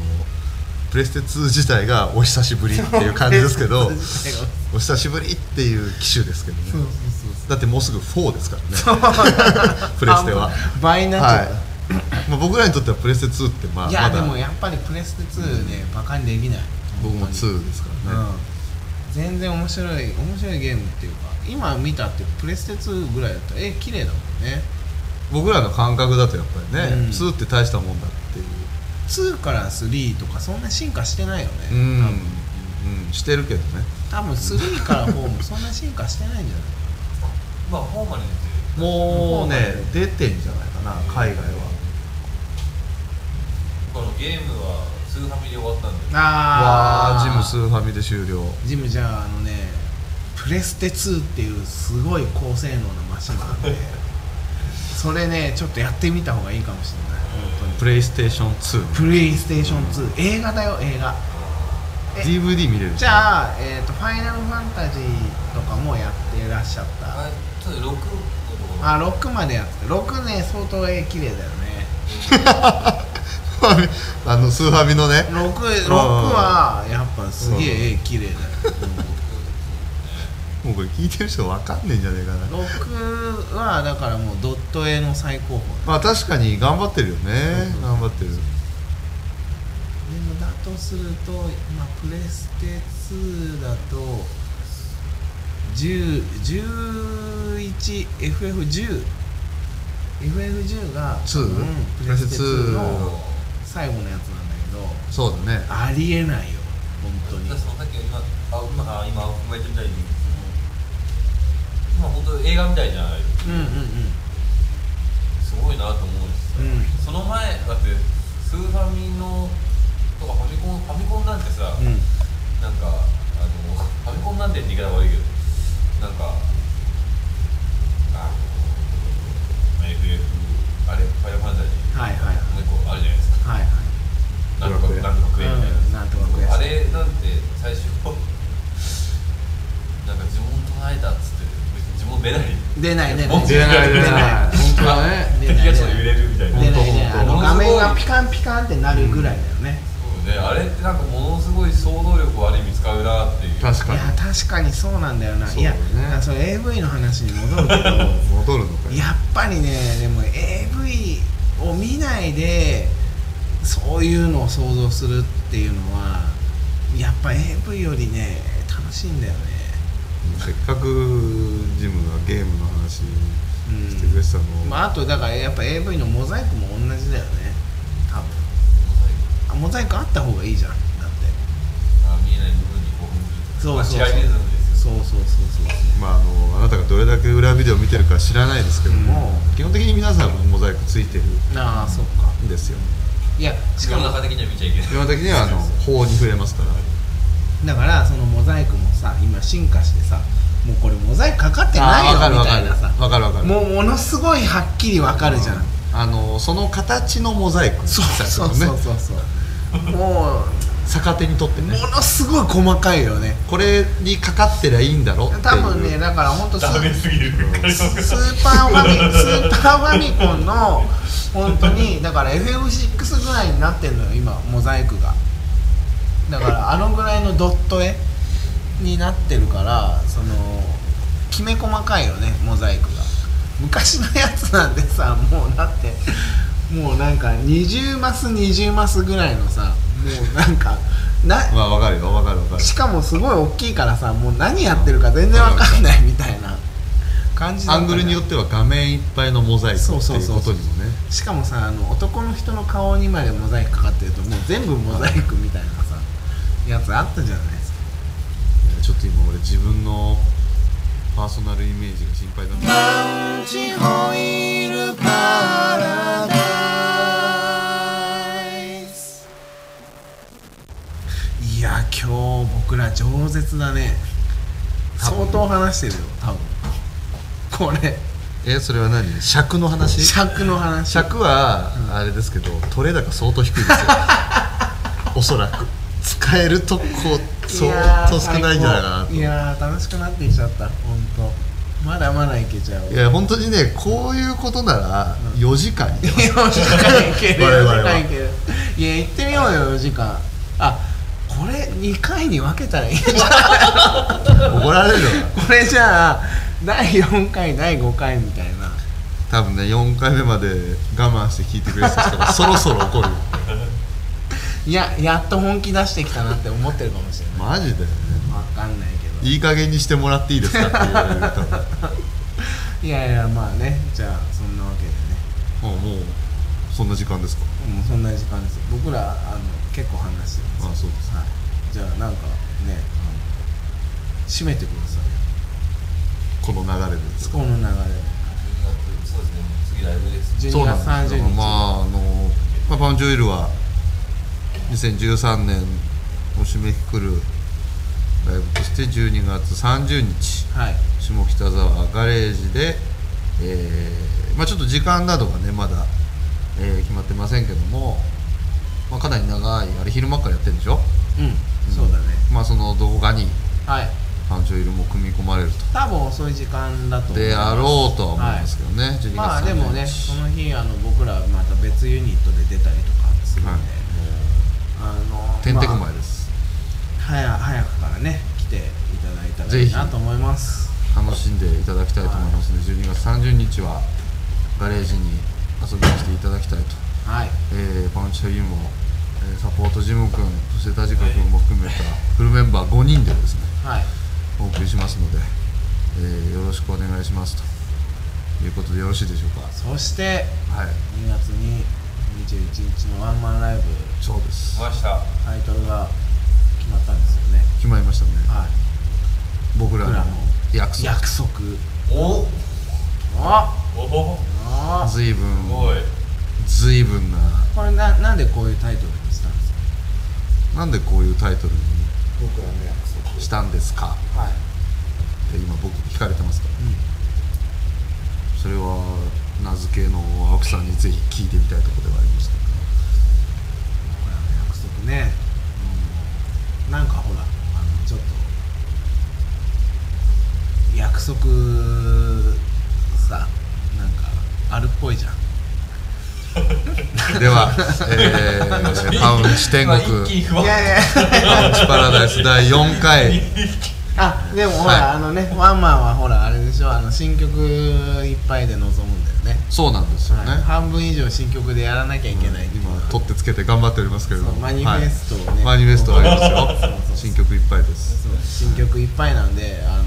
Speaker 1: プレステ2自体がお久しぶりっ
Speaker 2: う
Speaker 1: ていう感じですけど
Speaker 2: プレステ2
Speaker 1: お久しぶりっていう機種ですけど
Speaker 2: そうそう
Speaker 1: ね
Speaker 2: そう
Speaker 1: だってもうすぐ4ですからね プレステは
Speaker 2: あ倍になっちゃ
Speaker 1: は
Speaker 2: っ
Speaker 1: い
Speaker 2: た、
Speaker 1: まあ僕らにとってはプレステ2ってまあ
Speaker 2: い、
Speaker 1: ま
Speaker 2: やでも
Speaker 1: だ
Speaker 2: やっぱりプレステ2ね、バカにできない
Speaker 1: 僕も
Speaker 2: 本当に
Speaker 1: 2ですからね
Speaker 2: うん、全然面白い面白いゲームっていうか今見たってプレステ2ぐらいだったらえ綺麗だもんね
Speaker 1: 僕らの感覚だとやっぱり
Speaker 2: うん
Speaker 1: ね2って大したもんだっていう
Speaker 2: 2から3とかそんな進化してないよね
Speaker 1: う
Speaker 2: 多
Speaker 1: ん
Speaker 2: 分
Speaker 1: うんしてるけどね
Speaker 2: 多分3から4もそんな進化してないんじゃない
Speaker 3: まあ本まで出
Speaker 1: もうね出てんじゃないかな海外は
Speaker 3: てるこのゲームはスーファミで終わったんで
Speaker 1: わあジ
Speaker 2: ー
Speaker 1: ムスーファミで終了
Speaker 2: ジムじゃああのねプレステ2っていうすごい高性能なマシンなん でそれねちょっとやってみた方がいいかもしれない本当に
Speaker 1: プレイステーション2
Speaker 2: プレイステーション2映画だよ映画え
Speaker 1: DVD 見れる
Speaker 2: じ ゃあ、えーと「ファイナルファンタジー」とかもやってらっしゃった
Speaker 3: あちょっと6のところ
Speaker 2: あ6までやってた6ね相当絵綺麗だよね
Speaker 1: あのスーファミのね
Speaker 2: 6, 6はやっぱすげえ絵綺麗だ よ
Speaker 1: もうこれ聞いてる人わかんねえんじゃねえかな
Speaker 2: 6はだからもうドット絵の最高峰
Speaker 1: まあ確かに頑張ってるよ
Speaker 2: そ
Speaker 1: ね
Speaker 2: うそう
Speaker 1: 頑張ってる
Speaker 2: でもだとすると、まあ、プレステ2だと 11FF10FF10 が
Speaker 1: ツー
Speaker 2: プレステ
Speaker 1: プレステ
Speaker 2: 2
Speaker 1: 2
Speaker 2: の最後のやつなんだけど
Speaker 1: そうだね
Speaker 2: ありえないよ本当に
Speaker 3: だってそのさっき今あ今あ今お前言ったみたいに今本当映画みたいじゃない
Speaker 2: うんうん
Speaker 3: すごいなと思うんですよ、
Speaker 2: うん
Speaker 3: その前だってスーファミのとかファミコンファミコンなんてさ、
Speaker 2: うんうん
Speaker 3: なんかあのファミコンなんてって言い方悪いけどなんかあの FF あれファイアファンタジー
Speaker 2: はいはい
Speaker 3: もう一個あるじゃないですか
Speaker 2: はいはい
Speaker 3: なんとか
Speaker 1: ドラクエ
Speaker 3: なんとかクエみ
Speaker 2: うんなんとかクエ
Speaker 3: たいなやつ、あれなんて最初 なんか呪文唱えたっつって別に呪文出ない
Speaker 2: 出ない出ない
Speaker 3: 出ない
Speaker 2: 出
Speaker 3: 出
Speaker 2: な本当
Speaker 3: ないい
Speaker 2: だね出
Speaker 3: 敵
Speaker 2: ない出
Speaker 3: がち
Speaker 2: な
Speaker 3: ょっと
Speaker 2: い
Speaker 3: 揺れるみたいな
Speaker 2: 出ないねあ
Speaker 1: 本当
Speaker 2: の画面が
Speaker 3: もの
Speaker 2: ピ
Speaker 3: す
Speaker 2: カンピカンってなるぐらいだよね、
Speaker 3: ごいそうねあれってなんかものすごい想像力をある意味使うなっていう
Speaker 1: 確か
Speaker 2: い
Speaker 1: に
Speaker 2: や確かにそうなんだよな、
Speaker 1: そう
Speaker 2: い
Speaker 1: だ
Speaker 2: や
Speaker 1: ね
Speaker 2: その AV の話に戻るけど
Speaker 1: 戻るのかよ
Speaker 2: やっぱりねでも AV を見ないでそういうのを想像するっていうのはやっぱ AV よりね楽しいんだよね
Speaker 1: せっかくジムがゲームの話してくれてたのを、
Speaker 2: まああとだからやっぱ AV のモザイクも同じだよね多分あモザイクあった方がいいじゃんだって
Speaker 3: あ見えない部分に興奮する
Speaker 2: そうそうそう
Speaker 3: 間違いねえぞですよ
Speaker 2: そうそうそうそうそう
Speaker 1: まあ、あのあなたがどれだけ裏ビデオ見てるか知らないですけども、基本的に皆さんモザイクついてる
Speaker 2: ああそっか
Speaker 1: んですよ
Speaker 2: いや
Speaker 3: しかも中的には見ちゃいけない
Speaker 1: 基本的にはあの法に触れますから
Speaker 2: だからそのモザイクもさ今進化してさもうこれモザイクかかってないよ
Speaker 1: あー
Speaker 2: み
Speaker 1: わか
Speaker 2: たい
Speaker 1: る
Speaker 2: な
Speaker 1: わか
Speaker 2: さ
Speaker 1: るわかるわかる
Speaker 2: もうものすごいはっきりわかるじゃん、
Speaker 1: あのその形のモザイク
Speaker 2: そうそうそうそうそうも
Speaker 1: 逆手にとって
Speaker 2: う
Speaker 1: ね
Speaker 2: ものすごい細かいよね
Speaker 1: これにかかってりゃいいんだろっていう
Speaker 2: 多分ねだから本当ス
Speaker 3: ダメ
Speaker 2: ー
Speaker 3: すぎる
Speaker 2: スーパーファミスーパーファミコンの本当にだから FF6 ぐらいになってんのよ今モザイクがだからあのぐらいのドット絵になってるからそのきめ細かいよねモザイクが昔のやつなんてさもうだってもうなんか20マス20マスぐらいのさもうなんかな
Speaker 1: まあわかるよわかるわかる
Speaker 2: しかもすごい大きいからさもう何やってるか全然わかんないみたいな感じだ
Speaker 1: ア
Speaker 2: った
Speaker 1: ングルによっては画面いっぱいのモザイクっていう
Speaker 2: そう
Speaker 1: こと
Speaker 2: そうそ
Speaker 1: にも
Speaker 2: うそう
Speaker 1: ね
Speaker 2: しかもさあの男の人の顔にまでモザイクかかってるともう全部モザイクみたいなさやつあったじゃないですか
Speaker 1: ちょっと今俺自分のパーソナルイメージが心配だな
Speaker 2: いや今日僕ら饒舌だね相当話してるよ多分これ
Speaker 1: えそれは何尺の話
Speaker 2: 尺の話
Speaker 1: 尺はあれですけど取れ高相当低いです よおそらく使えるとこ相当少ないんじゃないかなと
Speaker 2: いやー最高いやー楽しくなってきちゃった本当まだまだいけちゃう
Speaker 1: いや本当にねこういうことなら4時間に、
Speaker 2: 4時間いける4
Speaker 1: 我々
Speaker 2: 時
Speaker 1: は
Speaker 2: 間いけるいや行ってみようよ4時間あこれ2回に分けたらいいじゃん
Speaker 1: 怒られるよ
Speaker 2: これじゃあ第4回第5回みたいな
Speaker 1: 多分ね4回目まで我慢して聞いてくれてた人が そろそろ怒るよ
Speaker 2: いややっと本気出してきたなって思ってるかもしれない
Speaker 1: マジで
Speaker 2: 分かんないけど
Speaker 1: いい加減にしてもらっていいですかって言われる多分
Speaker 2: いやいやまあねじゃあそんなわけでね
Speaker 1: あもうそんな時間ですか
Speaker 2: もうそんな時間ですよ僕らあの結構話してるんですよ
Speaker 1: あそうです
Speaker 2: はい、じゃあなんかねあの締めてください
Speaker 1: この流れでですか
Speaker 2: この流れ
Speaker 3: そうですねもう次ライブです
Speaker 2: 12月
Speaker 1: なん
Speaker 2: 30
Speaker 1: よ
Speaker 2: 日
Speaker 1: まああの、まあ、パンジョイルは2013年を締めくくるライブとして12月30日
Speaker 2: はい
Speaker 1: 下北沢ガレージで、えーまあ、ちょっと時間などがねまだ、えー決まってませんけども、まあ、かなり長いあれ昼間からやってるんでしょ、
Speaker 2: うん、そうだね
Speaker 1: まあ、その動画に
Speaker 2: はい
Speaker 1: パンジョイルも組み込まれると
Speaker 2: 多分遅い時間だと思う
Speaker 1: であろうとは思いますけどね、12月30日
Speaker 2: まあでもねその日あの僕らまた別ユニットで出たりとかするんで、
Speaker 1: はい
Speaker 2: あの
Speaker 1: てんてこま
Speaker 2: ま
Speaker 1: いです、
Speaker 2: あ早早くからね来ていただいたら
Speaker 1: ぜ
Speaker 2: いい
Speaker 1: ひ
Speaker 2: なと思います
Speaker 1: 楽しんでいただきたいと思いますので、12月30日はガレージに遊びに来ていただきたいと、
Speaker 2: はい
Speaker 1: えー、パンチャリも、えーサポートジム君そして田ジカ君も含めたフルメンバー5人でですね
Speaker 2: はい
Speaker 1: お送りしますのでえーよろしくお願いしますということでよろしいでしょうか
Speaker 2: そして
Speaker 1: はい
Speaker 2: 2月に21日のワンマンライブ
Speaker 1: そうです
Speaker 3: ました
Speaker 2: タイトルが決まったんですよね
Speaker 1: 決まりましたね
Speaker 2: はい
Speaker 1: 僕らの
Speaker 2: 僕らの
Speaker 1: 約束
Speaker 2: 約束
Speaker 3: お
Speaker 2: あ
Speaker 3: おお
Speaker 2: あ
Speaker 1: ず いぶ
Speaker 3: す
Speaker 1: ん
Speaker 3: ごい
Speaker 1: ずいぶんな
Speaker 2: これななんでこういうタイトルにしたんですか
Speaker 1: なんでこういうタイトルに
Speaker 2: 僕らの約束
Speaker 1: したんですか
Speaker 2: はい、
Speaker 1: って今僕聞かれてますから
Speaker 2: うん、
Speaker 1: それは名付けの青木さんにぜひ聞いてみたいところではありました
Speaker 2: 僕らの約束ね、うん、なんかほらあのちょっと約束さなんかあるっぽいじゃん
Speaker 1: けどでは、え ー、パウンチ天
Speaker 3: まあ
Speaker 1: 国
Speaker 3: 一気に不安
Speaker 2: やいや
Speaker 1: パウンチパラダイス第4回
Speaker 2: あでもほら、
Speaker 1: はい
Speaker 2: あのねワンマンはほらあれでしょあの新曲いっぱいで臨むんだよね
Speaker 1: そうなんですよね、
Speaker 2: はい半分以上新曲でやらなきゃいけないっていうの
Speaker 1: 今
Speaker 2: は
Speaker 1: 取ってつけて頑張っておりますけれども
Speaker 2: そうマニフェストをね
Speaker 1: はいマニフェストあります
Speaker 2: そう
Speaker 1: よ
Speaker 2: そうそう
Speaker 1: 新曲いっぱいです
Speaker 2: そう新曲いっぱいなんであの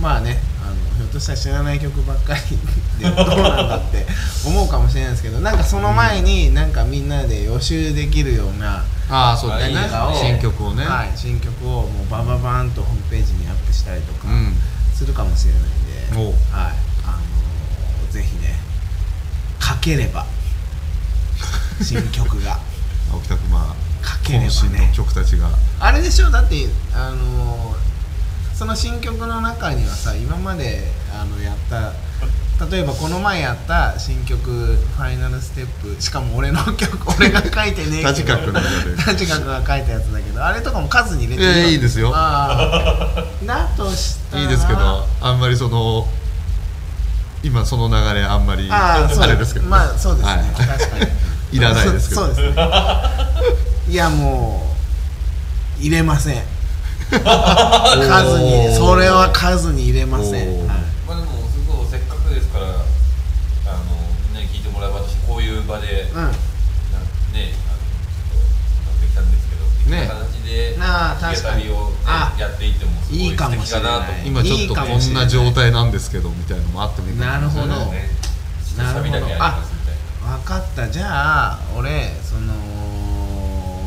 Speaker 2: まあねあのひょっとしたら知らない曲ばっかりでどうなんだ って思うかもしれないですけどなんかその前になんかみんなで予習できるような
Speaker 1: ああそうですね
Speaker 2: 何かを
Speaker 1: 新曲をね、
Speaker 2: はい、新曲をもうバババーンとホームページにアップしたりとか
Speaker 1: うん
Speaker 2: するかもしれないんで、
Speaker 1: おう
Speaker 2: はい、あのぜひねかけれ ば新曲が
Speaker 1: 青木拓磨
Speaker 2: かければね
Speaker 1: 渾身の曲たちが
Speaker 2: あれでしょだってあのーその新曲の中にはさ今まであのやった例えばこの前やった新曲「ファイナルステップ」しかも俺の 曲俺が書いてねえけど
Speaker 1: タジカクのやつ
Speaker 2: タジカクが書いたやつだけどあれとかも数に入れて
Speaker 1: いやいいですよ
Speaker 2: あーだとしたら
Speaker 1: いいですけどあんまりその今その流れあんまり
Speaker 2: あ
Speaker 1: あ
Speaker 2: ーそう
Speaker 1: れですけど、
Speaker 2: まあそうですね、
Speaker 1: はい
Speaker 2: 確かに
Speaker 1: いらないですけど
Speaker 2: そうそうですねいやもう入れません
Speaker 1: おー
Speaker 2: 数にそれは数に入れません、
Speaker 1: おー
Speaker 2: はい
Speaker 3: まあでもすごいせっかくですからあのみんなに聞いてもらえば私こういう場で、
Speaker 2: う
Speaker 3: なん
Speaker 2: ん
Speaker 3: ねあのちょっと買ってきたんですけどみたいな形で
Speaker 2: なあ
Speaker 3: 弾き
Speaker 2: 確かに
Speaker 3: 語りをね、
Speaker 2: あ
Speaker 3: やっていってもすごい
Speaker 2: いいか
Speaker 3: 素
Speaker 2: も
Speaker 3: 敵
Speaker 2: しれ
Speaker 3: か
Speaker 2: ない
Speaker 3: なと思って
Speaker 1: 今ちょっとこんな状態なんですけどみたいなのもあってもいいかもしれい
Speaker 2: なるほど
Speaker 3: ねちょっとサビだけやりますみたいな
Speaker 2: 分かったじゃあ俺そ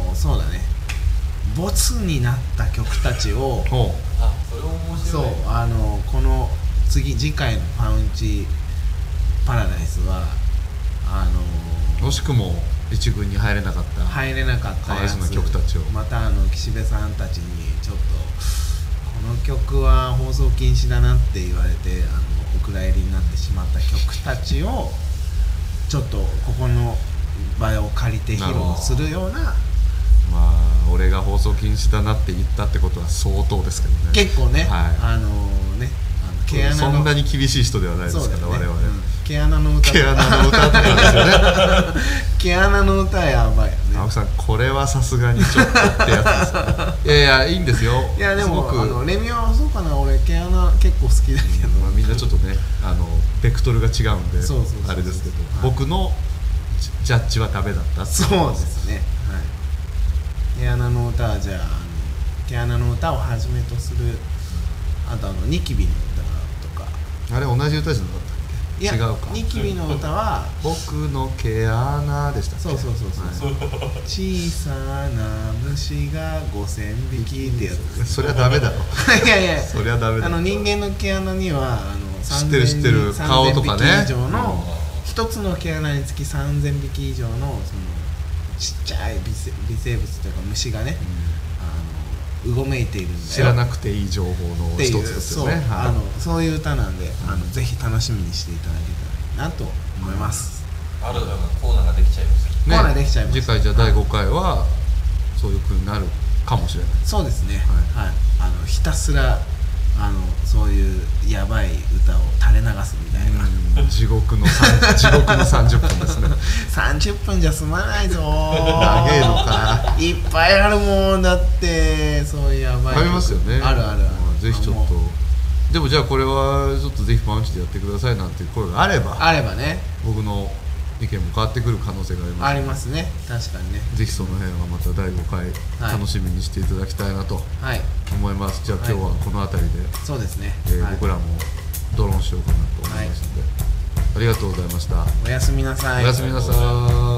Speaker 2: のそうだねボツになった曲たちを
Speaker 1: ほ
Speaker 3: あそれ面
Speaker 2: そう
Speaker 3: 白いね
Speaker 2: あのこの次次回の「パウンチパラダイスは」あ
Speaker 1: う
Speaker 2: の
Speaker 1: 惜しくも一軍に入れなかった、
Speaker 2: 入れなかった
Speaker 1: かわ
Speaker 2: や
Speaker 1: い
Speaker 2: つ
Speaker 1: そうな曲たちを
Speaker 2: またあの岸辺さんたちにちょっとこの曲は放送禁止だなって言われてあのお蔵入りになってしまった曲たちをちょっとここの場を借りて披露するような
Speaker 1: まあ俺が放送禁止だなって言ったってことは相当ですけどね
Speaker 2: 結構ね、
Speaker 1: はい
Speaker 2: あのねあの毛穴の
Speaker 1: そんなに厳しい人ではないですから、
Speaker 2: そうだ
Speaker 1: 我
Speaker 2: よね
Speaker 1: 々、
Speaker 2: うん毛穴の歌
Speaker 1: 毛穴の歌とかですよね
Speaker 2: 毛穴の歌やばいよ
Speaker 1: 青
Speaker 2: ね
Speaker 1: 木さんこれはさすがにちょっとってやつですねいやいやいいんですよ
Speaker 2: いやです
Speaker 1: ご
Speaker 2: も
Speaker 1: く
Speaker 2: あのレミオはそうかな俺毛穴結構好きだけど、
Speaker 1: まあ、みんなちょっとねあのベクトルが違うんで
Speaker 2: そうそうそうそう
Speaker 1: あれですけど、
Speaker 2: はい
Speaker 1: 僕のジジャッジはダメだったってい
Speaker 2: そうですねはい毛穴の歌はじゃああの毛穴の歌をはじめとするあとあのニキビの歌とか
Speaker 1: あれ同じ歌じゃなかったっけ違うか
Speaker 2: ニキビの歌は
Speaker 1: 僕の毛穴でしたっけ
Speaker 2: そうそうそうそうそう、小さな虫が5000匹ってやつ
Speaker 1: はいそりゃダメだろ
Speaker 2: いやいや
Speaker 1: そりゃダメだ
Speaker 2: あ
Speaker 1: ろ
Speaker 2: の人間の毛穴にはあの
Speaker 1: 知ってる知ってる
Speaker 2: 3000
Speaker 1: 顔とかね
Speaker 2: 3000匹以上の一つの毛穴につき3000匹以上のそのちっちゃい微生微生物というか虫がねあのうごめいているんだよ
Speaker 1: 知らなくていい情報の
Speaker 2: って
Speaker 1: 一
Speaker 2: い
Speaker 1: つ
Speaker 2: う
Speaker 1: ですよね
Speaker 2: そう,、
Speaker 1: はい
Speaker 2: あのそういう歌なんであのぜひ楽しみにしていただけたらいいなと思います、
Speaker 3: あるなんかコーナーができちゃいました
Speaker 2: コーナーできちゃいました
Speaker 1: 次回じゃあ第5回はそういう風になるかもしれない
Speaker 2: そうですね
Speaker 1: は
Speaker 2: はい、あのひたすらあのそういうやばい歌を垂れ流すみたいな、
Speaker 1: うん地獄の三地獄の30分ですね
Speaker 2: 30分じゃ済まないぞー
Speaker 1: 長えのか
Speaker 2: いっぱいあるもんだってそういうやばい
Speaker 1: ありますよね
Speaker 2: あるあるある
Speaker 1: まあぜひちょっ
Speaker 2: も
Speaker 1: と
Speaker 2: う
Speaker 1: でもじゃあこれはちょっとぜひパンチでやってくださいなんていう声があれば
Speaker 2: あればね
Speaker 1: 僕の意見も変わってくる可能性があります
Speaker 2: ありますね確かにね
Speaker 1: ぜひその辺はまた第5回
Speaker 2: はい
Speaker 1: 楽しみにしていただきたいなと
Speaker 2: はい
Speaker 1: 思いいますじゃあ今日はこの辺りで、
Speaker 2: そうですね、
Speaker 1: えー
Speaker 2: はい
Speaker 1: 僕らもドローンしようかなと思いますので、ありがとうございました、
Speaker 2: おやすみなさい
Speaker 1: おやすみなさい